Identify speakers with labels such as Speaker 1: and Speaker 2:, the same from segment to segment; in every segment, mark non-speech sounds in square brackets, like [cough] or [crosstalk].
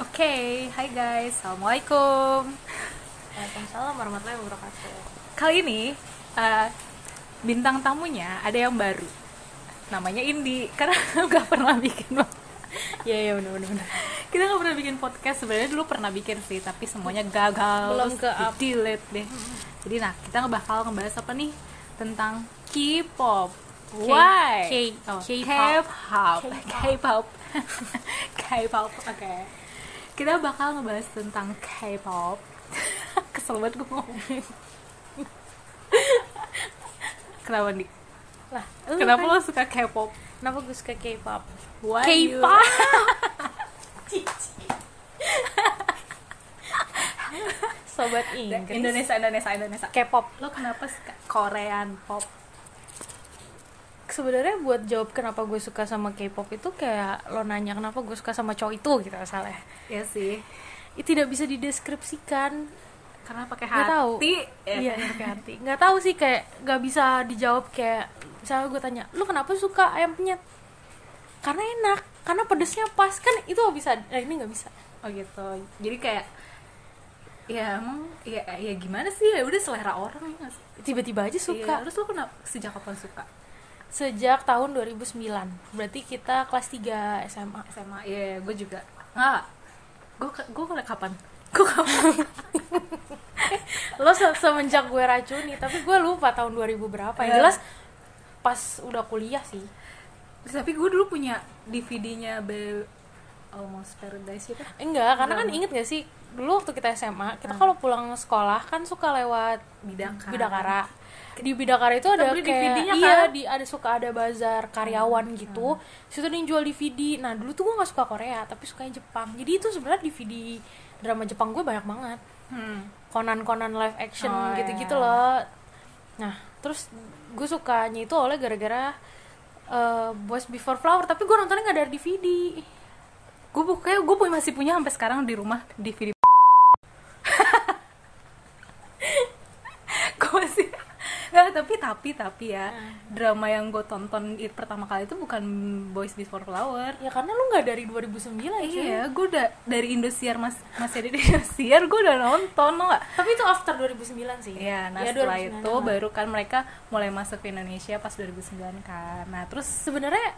Speaker 1: Oke, hai guys, assalamualaikum.
Speaker 2: Waalaikumsalam warahmatullahi wabarakatuh.
Speaker 1: Kali ini eh, bintang tamunya ada yang baru, namanya Indi. [laughs] Karena nggak pernah bikin,
Speaker 2: [laughs] Iya iya benar benar.
Speaker 1: kita nggak pernah bikin podcast. Sebenarnya dulu pernah bikin sih, tapi semuanya gagal.
Speaker 2: Belum
Speaker 1: terus
Speaker 2: ke-up.
Speaker 1: delete deh. Jadi nah, kita bakal ngebahas apa nih tentang K-pop.
Speaker 2: K-
Speaker 1: Why?
Speaker 2: K-
Speaker 1: Oh,
Speaker 2: K-pop.
Speaker 1: K-pop. K-pop. [laughs] K-pop. Oke. Kita bakal ngebahas tentang K-pop. [laughs] Kesel banget gue ngomongin. [laughs] Kenapa nih?
Speaker 2: Lah,
Speaker 1: Kenapa lo suka K-pop?
Speaker 2: Kenapa gue suka K-pop?
Speaker 1: Why you-
Speaker 2: K-pop. Sobat Inggris.
Speaker 1: Indonesia, Indonesia, Indonesia.
Speaker 2: K-pop.
Speaker 1: Lo kenapa suka Korean pop?
Speaker 2: Sebenarnya buat jawab kenapa gue suka sama K-pop itu kayak lo nanya kenapa gue suka sama cowok itu gitu asalnya.
Speaker 1: Ya sih.
Speaker 2: Itu tidak bisa dideskripsikan.
Speaker 1: Karena pakai hati.
Speaker 2: Nggak tahu.
Speaker 1: Ya.
Speaker 2: Iya, pakai hati. Nggak tahu sih kayak nggak bisa dijawab kayak misalnya gue tanya, "Lu kenapa suka ayam penyet?" Karena enak, karena pedesnya pas kan itu bisa. Nah, ini nggak bisa.
Speaker 1: Oh gitu. Jadi kayak ya emang ya, ya gimana sih ya udah selera orang ya nggak sih?
Speaker 2: Tiba-tiba aja
Speaker 1: Iya,
Speaker 2: suka.
Speaker 1: terus lo kenapa sejak kapan suka
Speaker 2: Sejak tahun 2009. Berarti kita kelas 3 SMA.
Speaker 1: SMA ya gue juga nggak gue gue kapan gue kapan
Speaker 2: Lo se- semenjak gue racuni, tapi gue lupa tahun 2000 berapa.
Speaker 1: Iya.
Speaker 2: Yang jelas pas udah kuliah sih.
Speaker 1: tapi gue dulu punya DVD-nya Be Almost Paradise itu
Speaker 2: Enggak, karena kan
Speaker 1: Drama.
Speaker 2: inget gak sih dulu waktu kita SMA, kita kalau pulang sekolah kan suka lewat
Speaker 1: Iya. Bidakara.
Speaker 2: Bidakara. Di Bidakara itu ada
Speaker 1: beli
Speaker 2: kayak
Speaker 1: DVD-nya
Speaker 2: iya,
Speaker 1: kan? Hmm.
Speaker 2: di ada suka ada bazar karyawan gitu. Situ ada yang jual DVD. Nah, dulu tuh gue nggak suka Korea, tapi sukanya Jepang. Jadi itu sebenarnya DVD drama Jepang gue banyak banget.
Speaker 1: hmm.
Speaker 2: Konan-konan live action
Speaker 1: Oh,
Speaker 2: gitu-gitu
Speaker 1: iya.
Speaker 2: loh. Nah, terus gue sukanya itu oleh gara-gara eh, Boys Before Flower, tapi gue nontonnya nggak dari DVD.
Speaker 1: gue kayak gue masih punya sampai sekarang di rumah [laughs] DVD gue masih nggak tapi tapi tapi ya drama yang gue tonton i- pertama kali itu bukan Boys Before Flower
Speaker 2: Ya karena lu nggak dari 2009 cuy.
Speaker 1: iya gue udah dari Indosiar mas masih ada di Indosiar gue udah nonton lo nggak
Speaker 2: Tapi itu after 2009 sih.
Speaker 1: Iya, nah
Speaker 2: Ya,
Speaker 1: setelah
Speaker 2: 2009
Speaker 1: itu
Speaker 2: lah.
Speaker 1: baru kan mereka mulai masuk ke Indonesia pas 2009 kan nah terus
Speaker 2: sebenarnya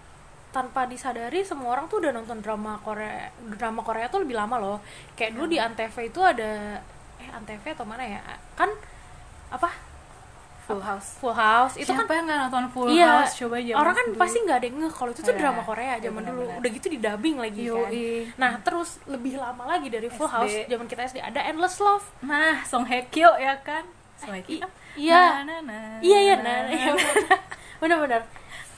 Speaker 2: tanpa disadari semua orang tuh udah nonton drama Korea drama Korea tuh lebih lama loh. Kayak dulu di
Speaker 1: Hmm.
Speaker 2: Antv itu ada eh Antv atau mana ya? Kan apa?
Speaker 1: Full House
Speaker 2: Full House itu
Speaker 1: itu
Speaker 2: kan
Speaker 1: Siapa kan yang nggak nonton Full
Speaker 2: iya,
Speaker 1: House coba aja
Speaker 2: orang kan pasti nggak ada yang ngeh kalau itu tuh
Speaker 1: Iya,
Speaker 2: drama Korea
Speaker 1: iya,
Speaker 2: zaman dulu.
Speaker 1: benar-benar.
Speaker 2: Udah gitu di dubbing lagi kan.
Speaker 1: Yoi.
Speaker 2: Nah, terus lebih lama lagi dari Full
Speaker 1: SD.
Speaker 2: House zaman kita SD ada Endless Love.
Speaker 1: Nah, Song Hye Kyo ya kan? Song Hye Kyo.
Speaker 2: I-
Speaker 1: Na,
Speaker 2: iya.
Speaker 1: na, na,
Speaker 2: Iya iya
Speaker 1: na,
Speaker 2: nah,
Speaker 1: na. [laughs]
Speaker 2: iya, benar. [laughs] benar-benar.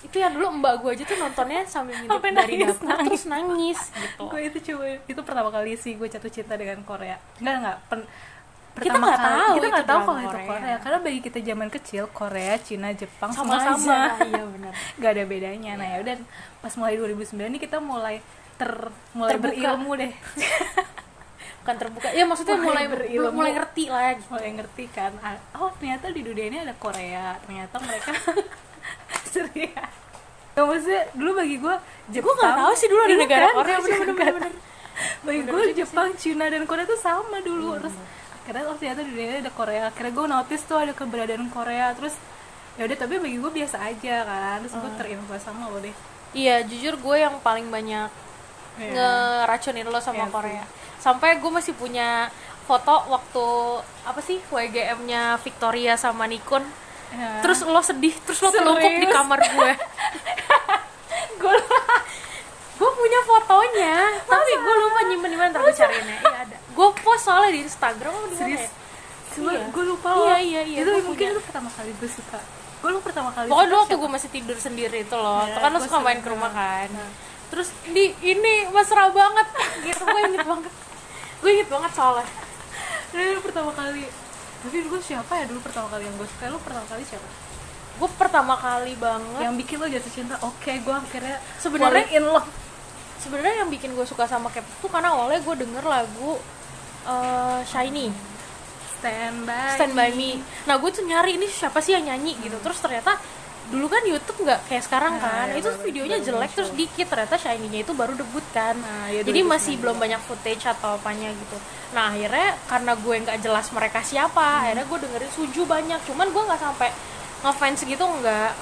Speaker 2: Itu yang dulu mbak gue aja tuh nontonnya sambil ngintip
Speaker 1: Sampai
Speaker 2: dari
Speaker 1: nangis,
Speaker 2: dapur
Speaker 1: nangis.
Speaker 2: terus nangis gitu.
Speaker 1: Gue itu coba itu pertama kali sih gue jatuh cinta dengan Korea. Enggak enggak. pen-
Speaker 2: Kita
Speaker 1: pertama
Speaker 2: nggak
Speaker 1: kali-
Speaker 2: tahu
Speaker 1: kita
Speaker 2: itu
Speaker 1: nggak tahu
Speaker 2: drama
Speaker 1: kalau itu
Speaker 2: Korea.
Speaker 1: Korea karena bagi kita zaman kecil Korea, Cina, Jepang [laughs]
Speaker 2: Sama-sama.
Speaker 1: sama-sama.
Speaker 2: [laughs] Iya benar.
Speaker 1: Gak ada bedanya.
Speaker 2: Iya.
Speaker 1: Nah, ya udah pas mulai 2009 ini kita mulai ter mulai
Speaker 2: Terbuka.
Speaker 1: berilmu deh.
Speaker 2: Bukan terbuka. Ya maksudnya
Speaker 1: Mulai
Speaker 2: mulai
Speaker 1: berilmu.
Speaker 2: mulai ngerti lah gitu.
Speaker 1: mulai ngerti kan ah, oh ternyata di dunia ini ada Korea ternyata mereka [laughs] serius Gak maksudnya dulu bagi gue Jepang
Speaker 2: nggak tahu sih dulu ada
Speaker 1: Iya
Speaker 2: negara
Speaker 1: kan?
Speaker 2: Korea,
Speaker 1: Gua juga
Speaker 2: bener-bener,
Speaker 1: nggak
Speaker 2: bener-bener.
Speaker 1: tahu. Bagi gue Jepang, Cina, dan Korea tuh sama dulu
Speaker 2: Hmm.
Speaker 1: Terus akhirnya oh, ternyata di dunia ini ada Korea Akhirnya gue notice tuh ada keberadaan Korea Terus ya udah tapi bagi gue biasa aja kan Terus
Speaker 2: Ah.
Speaker 1: gue terinfluence sama lo deh
Speaker 2: Iya, jujur gue yang paling banyak
Speaker 1: Iya.
Speaker 2: ngeracunin lo
Speaker 1: Iya
Speaker 2: sama
Speaker 1: sih.
Speaker 2: Korea. Sampai gue masih punya foto waktu apa sih WGM-nya Victoria sama Nikon.
Speaker 1: Ya.
Speaker 2: Terus lo sedih, terus lo telungkup di
Speaker 1: Serius?
Speaker 2: kamar [laughs] gue. gue gue punya fotonya, tapi gue lupa nyimpen di mana ntar gue cariin ya. Iya ada. Gue post soalnya di Instagram apa di mana
Speaker 1: Serius?
Speaker 2: ya?
Speaker 1: Cuma
Speaker 2: Iya.
Speaker 1: gue lupa
Speaker 2: Iya,
Speaker 1: loh
Speaker 2: iya, iya,
Speaker 1: Itu
Speaker 2: gua
Speaker 1: mungkin
Speaker 2: punya.
Speaker 1: itu pertama kali gue suka Gue lu pertama kali
Speaker 2: Pokoknya dulu
Speaker 1: suka
Speaker 2: waktu gue masih tidur sendiri itu loh,
Speaker 1: Iya,
Speaker 2: tuh kan lo
Speaker 1: gua
Speaker 2: suka main
Speaker 1: sering
Speaker 2: ke rumah kan.
Speaker 1: Nah.
Speaker 2: Terus di ini mesra banget, gitu gue inget banget. Gue inget banget soalnya.
Speaker 1: Ini pertama kali tapi dulu siapa ya dulu pertama kali yang gue suka lu pertama kali siapa
Speaker 2: Gue pertama kali banget.
Speaker 1: yang bikin lo jatuh cinta oke gue akhirnya
Speaker 2: Sebenarnya-
Speaker 1: falling in love
Speaker 2: Sebenarnya yang bikin gue suka sama K-pop tuh karena awalnya gue denger lagu eh, Shiny.
Speaker 1: Stand by.
Speaker 2: Stand By Me. Nah gue tuh nyari ini siapa sih yang nyanyi gitu. Terus ternyata dulu kan YouTube nggak kayak sekarang
Speaker 1: Nah, ya,
Speaker 2: kan. itu
Speaker 1: baru-
Speaker 2: videonya
Speaker 1: baru
Speaker 2: jelek
Speaker 1: muncul.
Speaker 2: terus dikit ternyata Shiny-nya itu baru debut kan.
Speaker 1: Nah, ya,
Speaker 2: Jadi
Speaker 1: 2019.
Speaker 2: masih belum banyak footage atau apanya gitu. Nah akhirnya karena gue nggak jelas mereka siapa,
Speaker 1: Hmm.
Speaker 2: akhirnya gue dengerin Suju banyak. Cuman gue nggak sampai ngefans gitu nggak.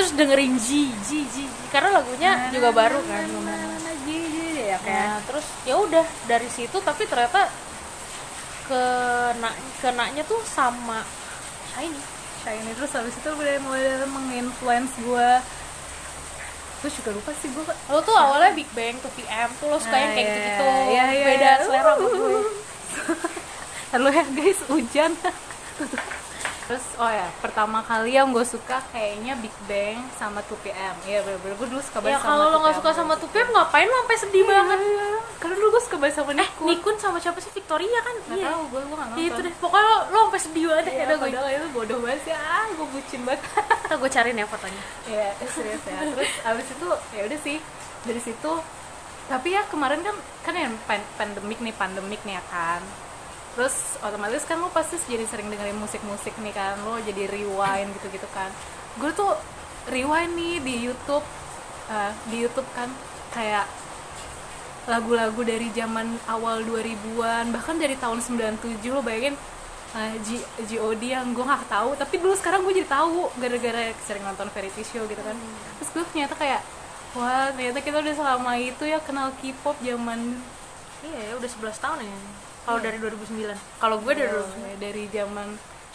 Speaker 2: Terus dengerin Ji, Ji, Ji, Ji. karena
Speaker 1: Nah,
Speaker 2: lagunya juga baru kan. lumayan.
Speaker 1: Lagi ya kayak
Speaker 2: Nah, terus ya udah dari situ tapi ternyata kena kenanya tuh sama Shiny.
Speaker 1: Shiny terus habis itu mulai mulai menginfluence gue gue juga lupa sih gue
Speaker 2: Lo tuh awalnya Big Bang tuh PM tuh lo
Speaker 1: Ah,
Speaker 2: suka
Speaker 1: iya,
Speaker 2: yang kayak gitu-gitu. Beda selera sama
Speaker 1: [laughs]
Speaker 2: gue.
Speaker 1: halo ya guys hujan terus oh ya pertama kali yang gue suka kayaknya Big Bang sama 2PM iya bener-bener gue dulu suka banget
Speaker 2: Ya
Speaker 1: sama
Speaker 2: kalau lo nggak
Speaker 1: 2PM.
Speaker 2: suka sama Tupem ngapain lo sampai sedih banget?
Speaker 1: Iya, karena dulu gue suka banget sama
Speaker 2: Eh,
Speaker 1: Niku
Speaker 2: Nikun sama siapa sih Victoria kan?
Speaker 1: nggak tahu gue gue nggak
Speaker 2: Iya,
Speaker 1: nonton
Speaker 2: Itu deh. Pokoknya lo, lo sampai sedih banget.
Speaker 1: Iya,
Speaker 2: Ya, udah gue.
Speaker 1: padahal itu bodoh banget sih ah gue bucin banget
Speaker 2: Ntar gue cariin ya fotonya.
Speaker 1: Iya, serius ya. Terus abis itu ya udah sih dari situ. Tapi ya kemarin kan kan yang pan- pandemik nih, pandemik nih ya kan. Terus otomatis kan lo pasti jadi sering dengerin musik-musik nih kan, lo jadi rewind gitu-gitu kan. Gue tuh rewind nih di YouTube, eh, di YouTube kan kayak lagu-lagu dari zaman awal 2000-an bahkan dari tahun 97 lo bayangin uh, G- GOD yang gue nggak tahu tapi dulu sekarang gue jadi tahu gara-gara sering nonton variety show gitu kan
Speaker 2: Hmm.
Speaker 1: terus gue ternyata kayak wah ternyata kita udah selama itu ya kenal K-pop zaman
Speaker 2: Iya, ya, udah 11 tahun ya. Kalau
Speaker 1: Iya.
Speaker 2: dari 2009. Kalau gue dari 2009.
Speaker 1: dari zaman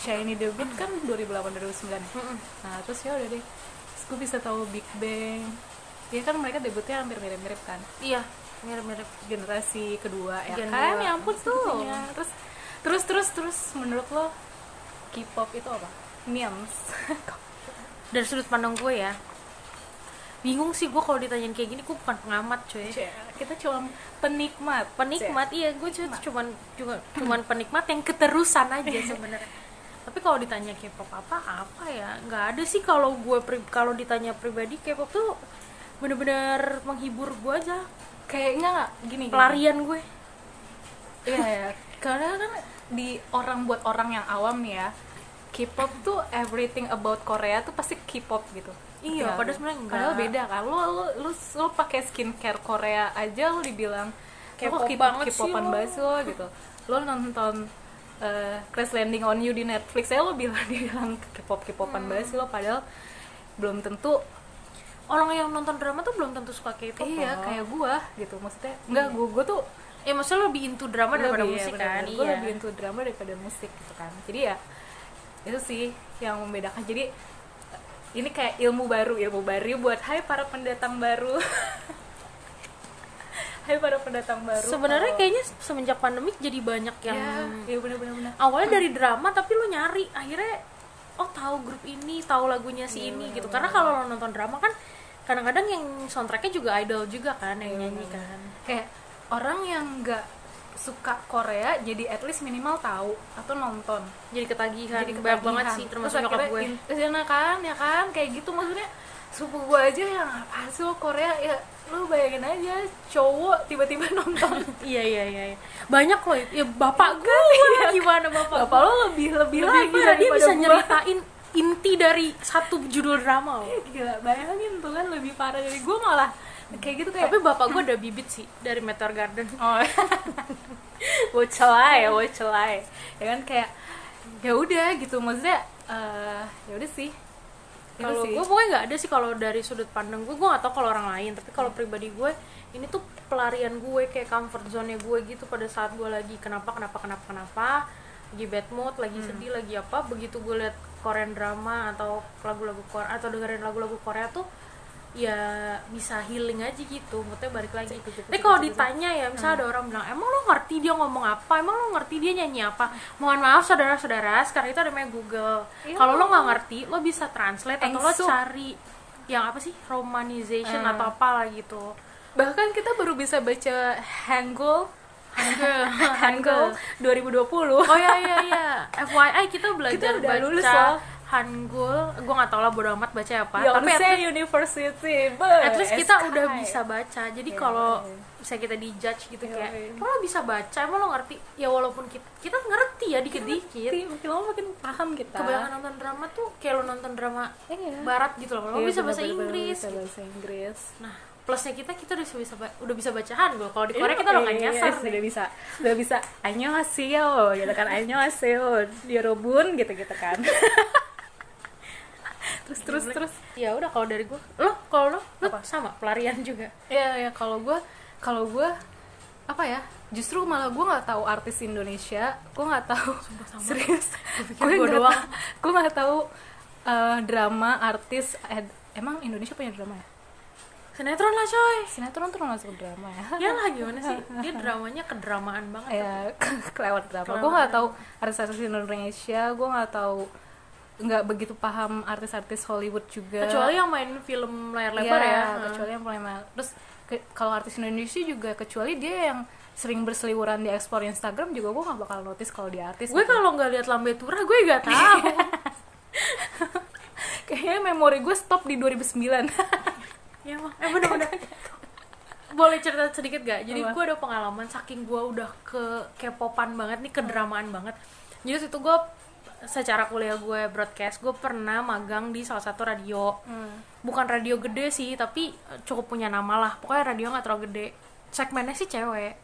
Speaker 1: Shiny debut kan 2008 2009
Speaker 2: Mm-mm.
Speaker 1: nah terus ya udah deh terus gue bisa tahu Big Bang ya kan mereka debutnya hampir mirip-mirip kan
Speaker 2: Iya, mirip-mirip.
Speaker 1: generasi kedua ya
Speaker 2: Gen
Speaker 1: kan
Speaker 2: dua. Hmm.
Speaker 1: ya ampun
Speaker 2: Terus
Speaker 1: tuh
Speaker 2: itunya.
Speaker 1: terus terus terus terus menurut lo K-pop itu apa memes [laughs]
Speaker 2: dari sudut pandang gue ya bingung sih gue kalau ditanyain kayak gini gue bukan pengamat cuy
Speaker 1: Cek, Iya, kita cuma penikmat
Speaker 2: penikmat iya gue cu- cuman juga cuman penikmat yang keterusan aja
Speaker 1: Iya,
Speaker 2: sebenarnya tapi kalau ditanya K-pop apa apa ya nggak ada sih kalau gue pri- kalau ditanya pribadi K-pop tuh bener-bener menghibur gue aja
Speaker 1: Cek. kayaknya nggak gini gini.
Speaker 2: pelarian gue
Speaker 1: iya ya. karena kan di orang buat orang yang awam nih ya K-pop tuh everything about Korea tuh pasti K-pop gitu Ngerti nggak
Speaker 2: Iya, padahal
Speaker 1: lu?
Speaker 2: sebenarnya enggak.
Speaker 1: padahal beda kan lo lo lo, lo pakai skincare Korea aja lo dibilang kayak
Speaker 2: K-pop
Speaker 1: kok
Speaker 2: banget sih
Speaker 1: K-popan
Speaker 2: lo."
Speaker 1: banget sih lo gitu lo nonton eh, Crash Landing on You di Netflix saya lo bilang [laughs] dibilang K-pop K-popan
Speaker 2: Hmm.
Speaker 1: banget sih lo padahal belum tentu
Speaker 2: orang yang nonton drama tuh belum tentu suka K-pop
Speaker 1: iya
Speaker 2: loh.
Speaker 1: kayak gua gitu maksudnya enggak gua gua tuh
Speaker 2: ya maksudnya lebih into drama Iya. daripada
Speaker 1: Lebih, ya,
Speaker 2: musik kan
Speaker 1: bener-bener.
Speaker 2: iya
Speaker 1: Gue lebih into drama daripada musik gitu kan jadi ya itu sih yang membedakan jadi ini kayak ilmu baru ilmu baru buat hai para pendatang baru [laughs] hai para pendatang baru
Speaker 2: sebenarnya
Speaker 1: Kalau-
Speaker 2: kayaknya semenjak pandemik jadi banyak yang
Speaker 1: ya iya benar-benar benar
Speaker 2: awalnya dari drama tapi lu nyari akhirnya oh tahu grup ini tahu lagunya si ini gitu karena kalau lo nonton drama kan kadang-kadang yang soundtracknya juga idol juga kan yang
Speaker 1: Iya,
Speaker 2: nyanyi kan
Speaker 1: kayak orang yang nggak suka Korea jadi at least minimal tahu atau nonton
Speaker 2: jadi ketagihan
Speaker 1: jadi
Speaker 2: banyak banget
Speaker 1: ketagihan.
Speaker 2: sih
Speaker 1: Terus
Speaker 2: termasuk nyokap
Speaker 1: akhirnya
Speaker 2: gue
Speaker 1: in- terus ya nah kan ya kan kayak gitu maksudnya suku gue aja yang apa sih lo Korea ya lu bayangin aja cowok tiba-tiba [laughs] nonton
Speaker 2: iya iya iya iya. banyak loh itu. ya bapak gue [laughs]
Speaker 1: [laughs]
Speaker 2: gimana bapak
Speaker 1: Iya, kan? bapak lo lebih lebih, lagi
Speaker 2: lebih parah, dia
Speaker 1: daripada
Speaker 2: bisa
Speaker 1: gua.
Speaker 2: nyeritain inti dari satu judul drama loh
Speaker 1: [laughs] gila bayangin tuh kan lebih parah dari gue malah kayak gitu kayak
Speaker 2: tapi bapak gue udah bibit sih dari Meteor Garden
Speaker 1: [laughs] oh gue celai gue celai ya kan kayak ya udah gitu maksudnya eh ya udah sih Itu
Speaker 2: kalau
Speaker 1: sih.
Speaker 2: gue pokoknya nggak ada sih kalau dari sudut pandang gue gue nggak tahu kalau orang lain tapi
Speaker 1: Hmm.
Speaker 2: kalau pribadi gue ini tuh pelarian gue kayak comfort zone gue gitu pada saat gue lagi kenapa kenapa kenapa kenapa lagi bad mood lagi
Speaker 1: Hmm.
Speaker 2: sedih lagi apa begitu gue liat Korean drama atau lagu-lagu Korea atau dengerin lagu-lagu Korea tuh ya bisa healing aja gitu moodnya balik lagi tapi kalau ditanya ya
Speaker 1: Hmm.
Speaker 2: misalnya ada orang bilang emang lo ngerti dia ngomong apa emang lo ngerti dia nyanyi apa mohon maaf saudara-saudara sekarang itu ada namanya Google
Speaker 1: Iya.
Speaker 2: kalau lo nggak ngerti lo bisa translate atau lo
Speaker 1: Engsuk.
Speaker 2: cari yang apa sih romanization
Speaker 1: Eh.
Speaker 2: atau apalah gitu
Speaker 1: bahkan kita baru bisa baca Hangul
Speaker 2: Hangul
Speaker 1: [laughs] Hangul Oh, 2020
Speaker 2: iya, oh ya ya ya FYI kita belajar
Speaker 1: Kita udah
Speaker 2: baca
Speaker 1: lulus loh. Iya,
Speaker 2: Hangul gue nggak tau lah bodo amat baca apa tapi at
Speaker 1: Yonsei
Speaker 2: least,
Speaker 1: University Eh,
Speaker 2: at least kita
Speaker 1: SK.
Speaker 2: udah bisa baca jadi
Speaker 1: ya, Iya,
Speaker 2: kalau
Speaker 1: iya.
Speaker 2: bisa kita dijudge gitu
Speaker 1: Iya,
Speaker 2: kayak
Speaker 1: iya.
Speaker 2: "Kok lo bisa baca emang lo ngerti ya walaupun kita, kita ngerti ya dikit-dikit
Speaker 1: Makin- makin lama makin paham kita
Speaker 2: kebanyakan nonton drama tuh kayak lo nonton drama
Speaker 1: Iya.
Speaker 2: barat gitu loh lo
Speaker 1: Iya,
Speaker 2: bisa bahasa
Speaker 1: bener-bener
Speaker 2: Inggris
Speaker 1: bisa
Speaker 2: gitu.
Speaker 1: bahasa Inggris
Speaker 2: nah plusnya kita kita udah bisa ba- udah bisa bacaan gue kalau di Korea kita udah nggak
Speaker 1: Iya,
Speaker 2: nyasar
Speaker 1: iya,
Speaker 2: nih.
Speaker 1: udah bisa udah bisa annyeonghaseyo gitu kan annyeonghaseyo diorobun gitu-gitu kan terus terus terus
Speaker 2: ya udah kalau dari gue lo kalau lo lo sama pelarian juga
Speaker 1: Iya ya kalau gue kalau gue apa ya justru malah gue nggak tahu artis Indonesia gue nggak tahu serius gue
Speaker 2: pikir gua
Speaker 1: nggak
Speaker 2: doang.
Speaker 1: tahu gue nggak tahu eh, drama artis eh, emang Indonesia punya drama ya
Speaker 2: sinetron lah coy
Speaker 1: sinetron tuh masuk drama ya
Speaker 2: ya lah gimana sih
Speaker 1: [laughs]
Speaker 2: dia dramanya kedramaan banget
Speaker 1: ya [laughs] kelewat drama gue nggak tahu artis-artis Indonesia gue nggak tahu nggak begitu paham artis-artis Hollywood juga
Speaker 2: kecuali yang main film layar lebar
Speaker 1: Iya,
Speaker 2: ya,
Speaker 1: kecuali yang paling mahal. Terus ke- kalau artis Indonesia juga kecuali dia yang sering berseliweran di explore Instagram juga gue gak bakal notice kalau dia artis.
Speaker 2: gue kalau nggak lihat lambe turah gue
Speaker 1: Iya.
Speaker 2: gak tahu
Speaker 1: [laughs] kayaknya memori gue stop di
Speaker 2: [laughs]
Speaker 1: 2009.
Speaker 2: ya mah eh bener bener boleh cerita sedikit gak? Jadi
Speaker 1: Apa?
Speaker 2: gue ada pengalaman saking gue udah ke kepopan banget nih kedramaan banget. Jadi situ gue secara kuliah gue broadcast gue pernah magang di salah satu radio bukan radio gede sih tapi eh, cukup punya nama lah pokoknya radio nggak terlalu gede segmennya sih cewek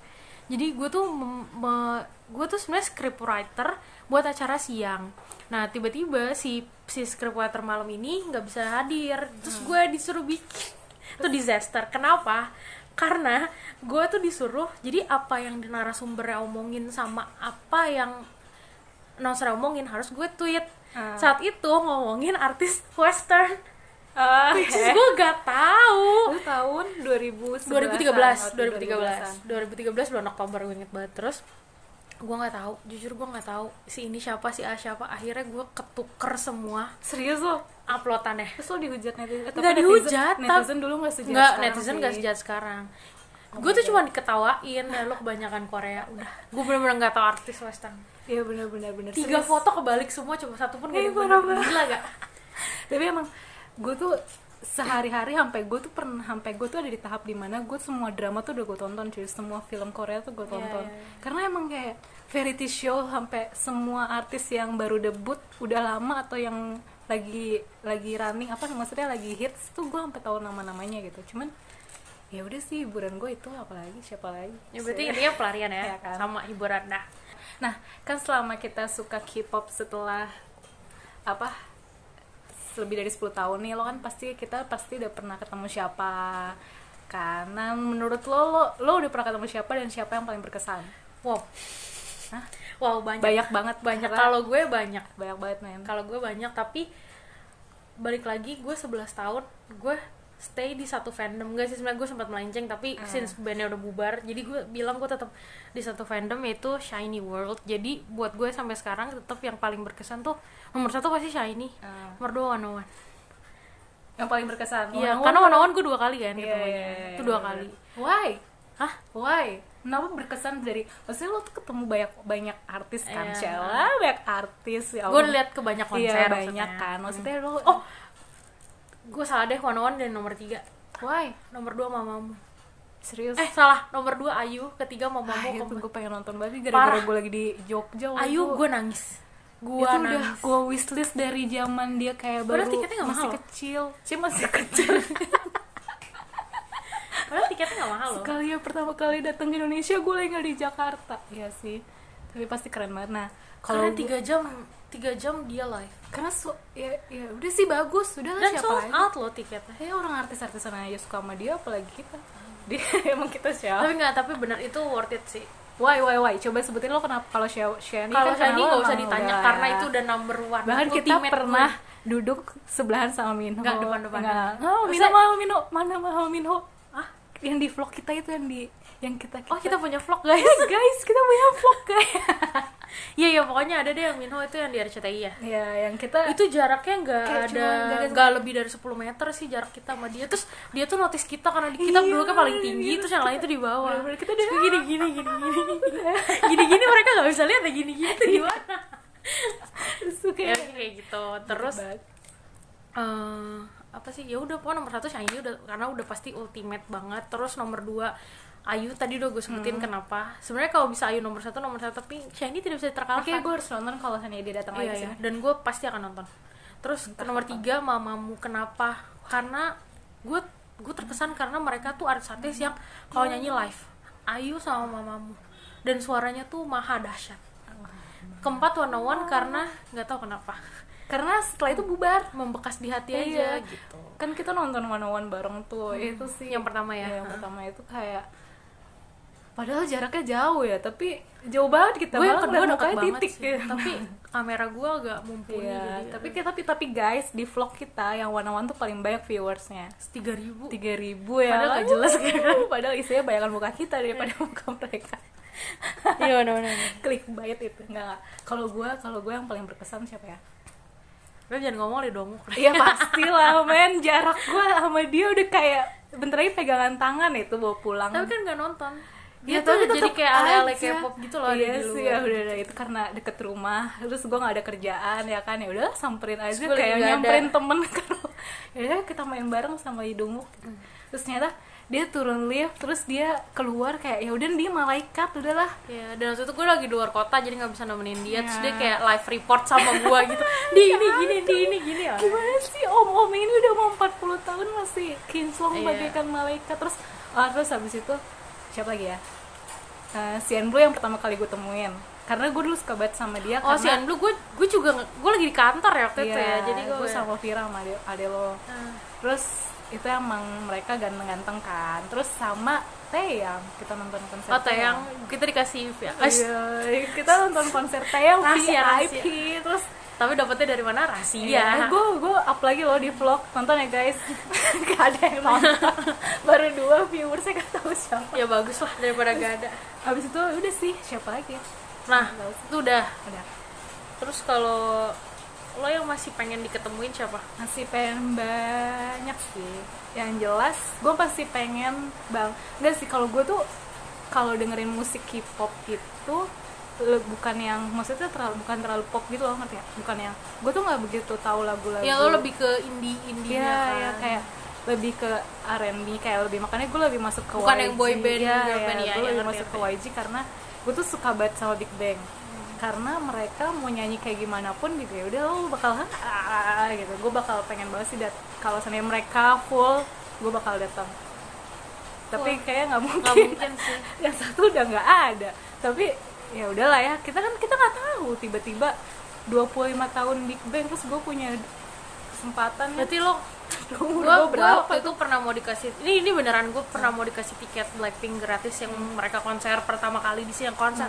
Speaker 2: jadi gue tuh mem- me- gue tuh sebenarnya script writer buat acara siang nah tiba-tiba si si script writer malam ini nggak bisa hadir terus gue disuruh bikin [laughs] itu disaster kenapa karena gue tuh disuruh jadi apa yang narasumbernya omongin sama apa yang announcer omongin harus gue tweet
Speaker 1: Ah.
Speaker 2: saat itu ngomongin artis western
Speaker 1: [laughs] Ah,
Speaker 2: Which is gue gak
Speaker 1: Oh,
Speaker 2: tahu
Speaker 1: tahun 2013
Speaker 2: 2013 2013 2013 bulan Oktober gue inget banget terus gue nggak tahu jujur gue nggak tahu si ini siapa si A siapa akhirnya gue ketuker semua
Speaker 1: Serius lo?
Speaker 2: uploadannya
Speaker 1: Terus lo dihujat netizen? Eh, tapi
Speaker 2: Nggak
Speaker 1: netizen-
Speaker 2: dihujat,
Speaker 1: Netizen
Speaker 2: tapi-
Speaker 1: dulu gak sejahat
Speaker 2: nggak
Speaker 1: sekarang
Speaker 2: netizen
Speaker 1: sih.
Speaker 2: gak sejahat sekarang gue tuh cuma diketawain "Nah, lo kebanyakan Korea udah gue bener-bener nggak tahu artis western
Speaker 1: Iya bener-bener bener.
Speaker 2: tiga
Speaker 1: Serius.
Speaker 2: foto kebalik semua cuma satu pun gak
Speaker 1: Ih,
Speaker 2: dibener.
Speaker 1: parah banget.
Speaker 2: gila gak
Speaker 1: [laughs] tapi emang gue tuh sehari-hari sampai gue tuh pernah sampai gue tuh ada di tahap dimana gue semua drama tuh udah gue tonton cuy semua film Korea tuh gue
Speaker 2: Iya,
Speaker 1: tonton
Speaker 2: iya, iya.
Speaker 1: karena emang kayak variety show sampai semua artis yang baru debut udah lama atau yang lagi lagi running apa maksudnya lagi hits tuh gue sampai tahu nama-namanya gitu cuman ya udah sih hiburan gue itu apalagi siapa lagi
Speaker 2: ya berarti intinya pelarian ya,
Speaker 1: Iya kan.
Speaker 2: sama hiburan dah
Speaker 1: nah kan selama kita suka K-pop setelah apa lebih dari 10 tahun nih lo kan pasti kita pasti udah pernah ketemu siapa karena menurut lo, lo lo udah pernah ketemu siapa dan siapa yang paling berkesan
Speaker 2: wow
Speaker 1: Hah?
Speaker 2: wow banyak
Speaker 1: banyak banget
Speaker 2: banyak
Speaker 1: Ra.
Speaker 2: kalau gue banyak
Speaker 1: banyak banget men
Speaker 2: kalau gue banyak tapi balik lagi gue 11 tahun gue stay di satu fandom gak sih sebenarnya gue sempat melenceng
Speaker 1: Ah.
Speaker 2: tapi since bandnya udah bubar jadi gue bilang gue tetap di satu fandom yaitu Shiny World jadi buat gue sampai sekarang tetap yang paling berkesan tuh nomor satu pasti Shiny
Speaker 1: Ah.
Speaker 2: nomor dua One One
Speaker 1: yang paling berkesan
Speaker 2: iya
Speaker 1: One on
Speaker 2: karena
Speaker 1: One.
Speaker 2: One on One gue dua kali kan
Speaker 1: Iya,
Speaker 2: ketemunya
Speaker 1: iya, iya,
Speaker 2: itu dua
Speaker 1: iya,
Speaker 2: kali
Speaker 1: bener. why
Speaker 2: hah
Speaker 1: why kenapa berkesan dari maksudnya lo tuh ketemu banyak banyak artis kan
Speaker 2: Iya.
Speaker 1: Sheila banyak artis ya
Speaker 2: gue
Speaker 1: Allah.
Speaker 2: lihat ke banyak konser
Speaker 1: iya, banyak
Speaker 2: maksudnya.
Speaker 1: kan maksudnya lo
Speaker 2: oh gue salah deh One on One dan nomor tiga
Speaker 1: why
Speaker 2: nomor dua mamamu
Speaker 1: serius
Speaker 2: eh salah nomor dua Ayu
Speaker 1: Ah,
Speaker 2: ketiga mamamu
Speaker 1: itu
Speaker 2: keempat
Speaker 1: gue pengen nonton banget nih, gara-gara
Speaker 2: Parah.
Speaker 1: gue lagi di Jogja waktu
Speaker 2: Ayu
Speaker 1: itu.
Speaker 2: gue nangis gue
Speaker 1: itu udah
Speaker 2: nangis
Speaker 1: gue wishlist dari zaman dia kayak baru
Speaker 2: Padahal tiketnya nggak
Speaker 1: masih
Speaker 2: mahal.
Speaker 1: kecil sih masih [laughs] kecil
Speaker 2: padahal tiketnya gak mahal loh
Speaker 1: sekali ya pertama kali datang ke Indonesia gue lagi nggak di Jakarta iya sih tapi pasti keren banget nah
Speaker 2: karena
Speaker 1: kalau gua-
Speaker 2: tiga jam tiga jam dia live
Speaker 1: karena su- ya, ya udah sih bagus udah lah
Speaker 2: dan
Speaker 1: siapa
Speaker 2: sold
Speaker 1: lagi
Speaker 2: out loh tiketnya
Speaker 1: Kayaknya orang artis-artisan aja suka sama dia apalagi kita dia [laughs] emang kita siapa
Speaker 2: tapi nggak tapi benar itu worth it sih
Speaker 1: why why why coba sebutin lo kenapa kalau Shani
Speaker 2: kalau
Speaker 1: kan kenal
Speaker 2: Shani nggak
Speaker 1: lo
Speaker 2: usah
Speaker 1: sama
Speaker 2: ditanya
Speaker 1: Bella
Speaker 2: karena
Speaker 1: ya.
Speaker 2: itu udah number one
Speaker 1: bahkan
Speaker 2: Itu
Speaker 1: kita
Speaker 2: teammate
Speaker 1: pernah
Speaker 2: gue.
Speaker 1: duduk sebelahan sama Minho
Speaker 2: Nggak, depan-depan.
Speaker 1: Nggak. oh Minho
Speaker 2: Maksudnya-
Speaker 1: mau Minho mana mau Minho ah yang di vlog kita itu yang di yang kita,
Speaker 2: oh kita punya vlog
Speaker 1: guys
Speaker 2: guys
Speaker 1: guys kita punya vlog guys
Speaker 2: [laughs] iya iya pokoknya ada deh yang Minho itu yang di RCTI ya
Speaker 1: ya yang kita
Speaker 2: itu jaraknya nggak
Speaker 1: Kayak
Speaker 2: ada
Speaker 1: cuman nggak ada-
Speaker 2: nggak lebih dari 10 meter sih jarak kita sama dia terus dia tuh notice kita karena di- kita
Speaker 1: Iya,
Speaker 2: berdua kan paling tinggi
Speaker 1: iya,
Speaker 2: terus yang lain tuh di bawah Iya.
Speaker 1: bener-bener kita
Speaker 2: Terus
Speaker 1: udah- Iya.
Speaker 2: [laughs] gini gini gini gini gini gini mereka nggak bisa lihat ya gini gini tuh di mana
Speaker 1: Terus tuh
Speaker 2: ya [laughs]
Speaker 1: kayak
Speaker 2: kayak gitu terus
Speaker 1: banget.
Speaker 2: eh, apa sih ya udah pokoknya nomor satu Shiny udah karena udah pasti ultimate banget terus nomor dua Ayu tadi udah gue sebutin kenapa sebenarnya kalau bisa Ayu nomor satu nomor satu tapi Shiny tidak bisa terkalahkan
Speaker 1: Oke, gue harus nonton kalau misalnya dia datang
Speaker 2: Iya,
Speaker 1: lagi
Speaker 2: iya.
Speaker 1: sih.
Speaker 2: dan gue pasti akan nonton terus ke nomor tiga mamamu kenapa karena gue gue terkesan karena mereka tuh artis-artis yang kalau nyanyi live Ayu sama mamamu dan suaranya tuh maha dahsyat keempat One One karena nggak tahu kenapa
Speaker 1: Karena setelah itu bubar.
Speaker 2: membekas di hati
Speaker 1: Iya.
Speaker 2: aja gitu Hmm,
Speaker 1: Kan kita nonton one on one bareng tuh. Itu sih Iya,
Speaker 2: yang pertama ya,
Speaker 1: yang pertama itu kayak padahal jaraknya jauh ya, tapi jauh banget kita
Speaker 2: gue
Speaker 1: banget
Speaker 2: yang kedua
Speaker 1: dan
Speaker 2: deket
Speaker 1: mukanya
Speaker 2: banget
Speaker 1: titik
Speaker 2: sih
Speaker 1: gitu. [laughs]
Speaker 2: tapi kamera gue agak mumpuni
Speaker 1: Iya,
Speaker 2: jadi eh.
Speaker 1: tapi kita tapi, tapi guys di vlog kita yang one on one tuh paling banyak viewersnya.
Speaker 2: tiga ribu
Speaker 1: tiga ribu ya
Speaker 2: Padahal uh.
Speaker 1: padahal
Speaker 2: nggak
Speaker 1: jelas kan [laughs] padahal isinya bayangan muka kita daripada [laughs] muka mereka
Speaker 2: iya benar-benar
Speaker 1: klik bait itu enggak enggak. kalau gue kalau gue yang paling berkesan siapa ya
Speaker 2: lo jangan ngomong lidah dong
Speaker 1: iya pastilah men jarak gue sama dia udah kayak bentar lagi pegangan tangan itu bawa pulang
Speaker 2: tapi kan nggak nonton
Speaker 1: Iya,
Speaker 2: dia tuh jadi
Speaker 1: tetep
Speaker 2: kayak ala-ala
Speaker 1: aja.
Speaker 2: K-pop gitu loh ada
Speaker 1: iya
Speaker 2: di
Speaker 1: sih
Speaker 2: luar.
Speaker 1: ya udah udah, itu karena deket rumah terus gue nggak ada kerjaan ya kan ya udah samperin aja
Speaker 2: Sekolah
Speaker 1: kayak
Speaker 2: nggak ada.
Speaker 1: nyamperin temen [laughs] kalau ya udah kita main bareng sama hidungmu terus ternyata dia turun lift terus dia keluar kayak ya udah dia malaikat udahlah
Speaker 2: Ya, dan waktu itu gue lagi di luar kota jadi nggak bisa nemenin dia terus
Speaker 1: Iya.
Speaker 2: dia kayak live report sama gue
Speaker 1: [laughs]
Speaker 2: gitu di ini gini di ini gini ya
Speaker 1: gimana sih om om ini udah mau 40 tahun masih kinslong
Speaker 2: Iya.
Speaker 1: bagaikan malaikat terus ah, terus habis itu siapa lagi ya Eh, si Andrew yang pertama kali gue temuin karena gue dulu suka banget sama dia
Speaker 2: oh
Speaker 1: karena
Speaker 2: si Blue gue gue juga nge- gue lagi di kantor ya waktu itu
Speaker 1: Iya,
Speaker 2: ya jadi gue
Speaker 1: gue sama Vira sama ade, ade lo.
Speaker 2: Hmm.
Speaker 1: Terus itu emang mereka ganteng-ganteng kan. Terus sama Teyang kita nonton konser.
Speaker 2: oh yang kita dikasih ya.
Speaker 1: Teyang. Iya, kita nonton konser Teyang
Speaker 2: Rahasia,
Speaker 1: VIP. Terus
Speaker 2: tapi dapetnya dari mana rahasia
Speaker 1: Iya. gue gue Eh, up lagi loh di vlog nonton ya guys. [laughs] Gak ada yang
Speaker 2: [laughs]
Speaker 1: nonton. Baru dua viewersnya gak tahu siapa.
Speaker 2: ya bagus lah daripada gak ada
Speaker 1: Abis itu udah sih siapa lagi ya?
Speaker 2: nah itu udah
Speaker 1: Udah.
Speaker 2: terus kalau lo yang masih pengen diketemuin siapa
Speaker 1: masih pengen banyak sih yang jelas gue pasti pengen bang enggak sih kalau gue tuh kalau dengerin musik K-pop itu le- bukan yang maksudnya terlalu bukan terlalu pop gitu loh ngerti ya bukan yang gue tuh nggak begitu tahu lagu-lagu
Speaker 2: ya lo lebih ke indie kan. indie
Speaker 1: Iya, iya, kayak lebih ke R&B kayak lebih makanya gue lebih masuk ke
Speaker 2: Bukan yang boy band,
Speaker 1: ya,
Speaker 2: girl band, ya,
Speaker 1: gue lebih
Speaker 2: ya, ngerti,
Speaker 1: masuk ke
Speaker 2: ngerti. Hmm.
Speaker 1: YG karena gue tuh suka banget sama Big Bang karena mereka mau nyanyi kayak gimana pun gitu ya udah lo bakal "Ah, ah, ah, ah," gitu gue bakal pengen banget sih dat kalau seandainya mereka full gue bakal datang tapi kayak nggak
Speaker 2: nggak
Speaker 1: mungkin
Speaker 2: mungkin sih
Speaker 1: [laughs] yang satu udah nggak ada tapi ya udahlah ya kita kan kita nggak tahu tiba-tiba 25 tahun Big Bang terus gue punya kesempatan ya
Speaker 2: berarti lo
Speaker 1: Umur
Speaker 2: gue
Speaker 1: gua berapa?
Speaker 2: waktu itu pernah mau dikasih ini ini beneran gue pernah mau dikasih tiket Blackpink gratis yang mereka konser pertama kali di sini yang konser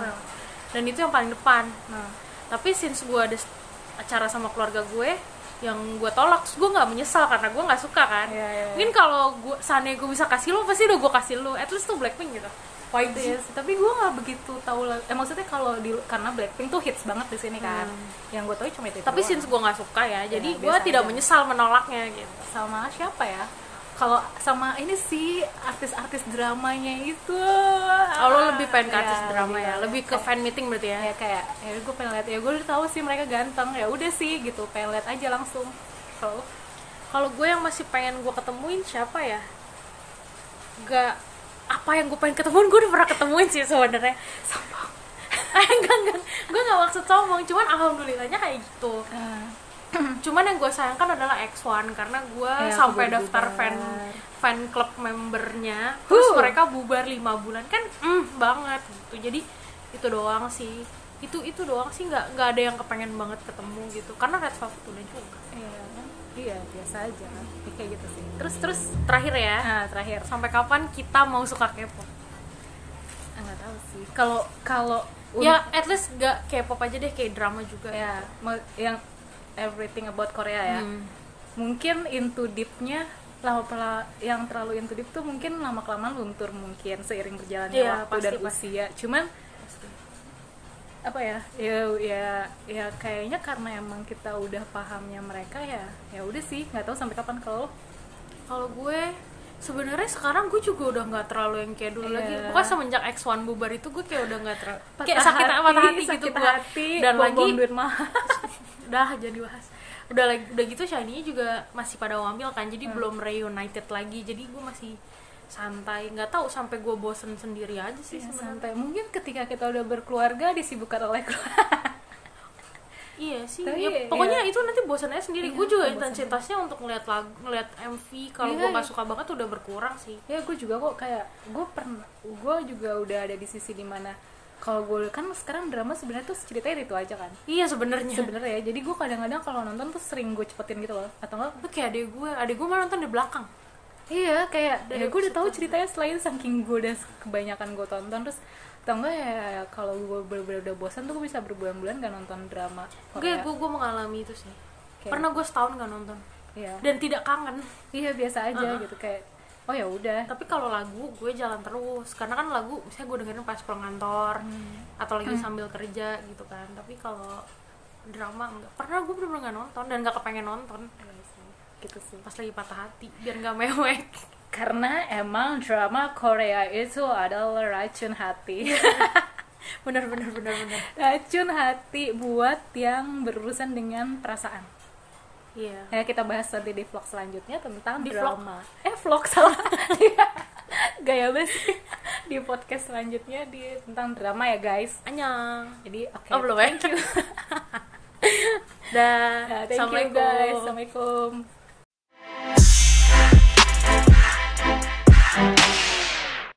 Speaker 2: dan itu yang paling depan
Speaker 1: Nah,
Speaker 2: tapi since gue ada s- acara sama keluarga gue yang gue tolak gue nggak menyesal karena gue nggak suka kan
Speaker 1: Iya, iya, iya.
Speaker 2: mungkin kalau gue sana gue bisa kasih lo pasti udah gue kasih lo at least tuh Blackpink gitu
Speaker 1: Gitu ya. Tapi gue nggak begitu tahu lah. Eh, maksudnya kalau di karena Blackpink tuh hits banget di sini kan. Yang gue tahu cuma itu.
Speaker 2: Hmm. tapi
Speaker 1: doang.
Speaker 2: since gue nggak suka ya jadi
Speaker 1: Iya. biasa
Speaker 2: gue tidak
Speaker 1: aja.
Speaker 2: menyesal menolaknya gitu
Speaker 1: sama siapa ya? Kalau sama ini sih artis-artis dramanya itu.
Speaker 2: oh, lo lebih pengen ke
Speaker 1: Ya,
Speaker 2: artis drama ya
Speaker 1: banyak.
Speaker 2: lebih ke fan meeting berarti ya
Speaker 1: ya kayak ya gue pengen lihat ya gue udah tahu sih mereka ganteng ya udah sih gitu pengen lihat aja langsung kalau
Speaker 2: kalau gue yang masih pengen gue ketemuin siapa ya gak apa yang gue pengen ketemuin gue udah pernah ketemuin sih sebenarnya sombong [laughs] enggak enggak gue gak maksud sombong cuman alhamdulillahnya kayak gitu cuman yang gue sayangkan adalah X1 karena gue
Speaker 1: Iya,
Speaker 2: sampai
Speaker 1: keburu
Speaker 2: daftar
Speaker 1: bubar.
Speaker 2: fan fan club membernya terus
Speaker 1: Huh.
Speaker 2: mereka bubar lima bulan kan mm, banget gitu jadi itu doang sih itu itu doang sih nggak nggak ada yang kepengen banget ketemu gitu karena Red Velvet udah juga
Speaker 1: iya kan? iya biasa aja Ya, kayak gitu sih terus terus
Speaker 2: terakhir ya
Speaker 1: nah terakhir
Speaker 2: sampai kapan kita mau suka K-pop?
Speaker 1: Ah, nggak tahu sih kalau kalau
Speaker 2: Ya, at least gak K-pop aja deh, kayak drama juga. gitu.
Speaker 1: ya mau- yang everything about Korea ya
Speaker 2: Hmm.
Speaker 1: mungkin into deepnya lama pela- yang terlalu into deep tuh mungkin lama kelamaan luntur mungkin seiring berjalannya
Speaker 2: Iya,
Speaker 1: waktu
Speaker 2: pasti,
Speaker 1: dan usia cuman apa ya ya ya ya kayaknya karena emang kita udah pahamnya mereka ya ya udah sih nggak tahu sampai kapan kalau
Speaker 2: Kalau gue sebenarnya sekarang gue juga udah nggak terlalu yang kayak
Speaker 1: Iya.
Speaker 2: dulu lagi pokoknya semenjak X1 bubar itu gue kayak udah nggak terlalu
Speaker 1: Patah
Speaker 2: kayak sakit hati, patah hati
Speaker 1: sakit
Speaker 2: gitu gue
Speaker 1: hati,
Speaker 2: dan lagi
Speaker 1: buang-buang duit mahal
Speaker 2: udah jadi bahas udah lagi udah gitu Shiny juga masih pada wamil kan
Speaker 1: Hmm.
Speaker 2: jadi belum reunited lagi jadi gue masih santai nggak tahu sampai gue bosen sendiri aja sih
Speaker 1: Ya,
Speaker 2: sebenarnya
Speaker 1: sampai mungkin ketika kita udah berkeluarga disibukkan oleh keluarga
Speaker 2: iya sih
Speaker 1: Tapi
Speaker 2: ya,
Speaker 1: iya.
Speaker 2: pokoknya itu nanti bosannya sendiri
Speaker 1: Iya,
Speaker 2: gue juga
Speaker 1: bosen
Speaker 2: intensitasnya untuk ngeliat lagu ngeliat MV kalau
Speaker 1: Iya,
Speaker 2: gue nggak
Speaker 1: iya.
Speaker 2: suka banget udah berkurang sih
Speaker 1: ya gue juga kok kayak gue pernah gue juga udah ada di sisi dimana kalau gue kan sekarang drama sebenarnya tuh ceritanya itu aja kan
Speaker 2: iya sebenarnya
Speaker 1: sebenarnya ya jadi gue kadang-kadang kalau nonton tuh sering gue cepetin gitu loh atau enggak
Speaker 2: itu kayak adek gue adek gue malah nonton di belakang
Speaker 1: iya kayak
Speaker 2: Dari
Speaker 1: ya gue udah tahu
Speaker 2: situ.
Speaker 1: ceritanya selain saking gue udah kebanyakan gue tonton terus atau enggak ya kalau gue bener-bener udah bosan tuh gue bisa berbulan-bulan gak nonton drama
Speaker 2: gue
Speaker 1: Korea.
Speaker 2: gue gue mengalami itu sih
Speaker 1: Kayak-
Speaker 2: pernah gue setahun nggak nonton
Speaker 1: iya
Speaker 2: dan tidak kangen
Speaker 1: iya biasa aja
Speaker 2: Uh-uh.
Speaker 1: gitu kayak oh ya udah
Speaker 2: tapi kalau lagu gue jalan terus karena kan lagu misalnya gue dengerin pas pulang kantor atau lagi sambil kerja gitu kan tapi kalau drama nggak pernah gue bener-bener nggak nonton dan nggak kepengen nonton
Speaker 1: Iya sih, gitu sih
Speaker 2: pas lagi patah hati biar nggak mewek
Speaker 1: karena emang drama Korea itu adalah racun
Speaker 2: Iya.
Speaker 1: hati
Speaker 2: [laughs] bener bener bener bener
Speaker 1: racun hati buat yang berurusan dengan perasaan
Speaker 2: iya
Speaker 1: ya kita bahas nanti di vlog selanjutnya tentang
Speaker 2: Di vlog.
Speaker 1: drama [laughs] eh vlog salah gaya banget sih. [laughs] di podcast selanjutnya di tentang drama ya guys
Speaker 2: anyang
Speaker 1: jadi oke
Speaker 2: oh belum [laughs] ya dah
Speaker 1: Nah, thank you Ya,
Speaker 2: Assalamualaikum.
Speaker 1: guys assalamualaikum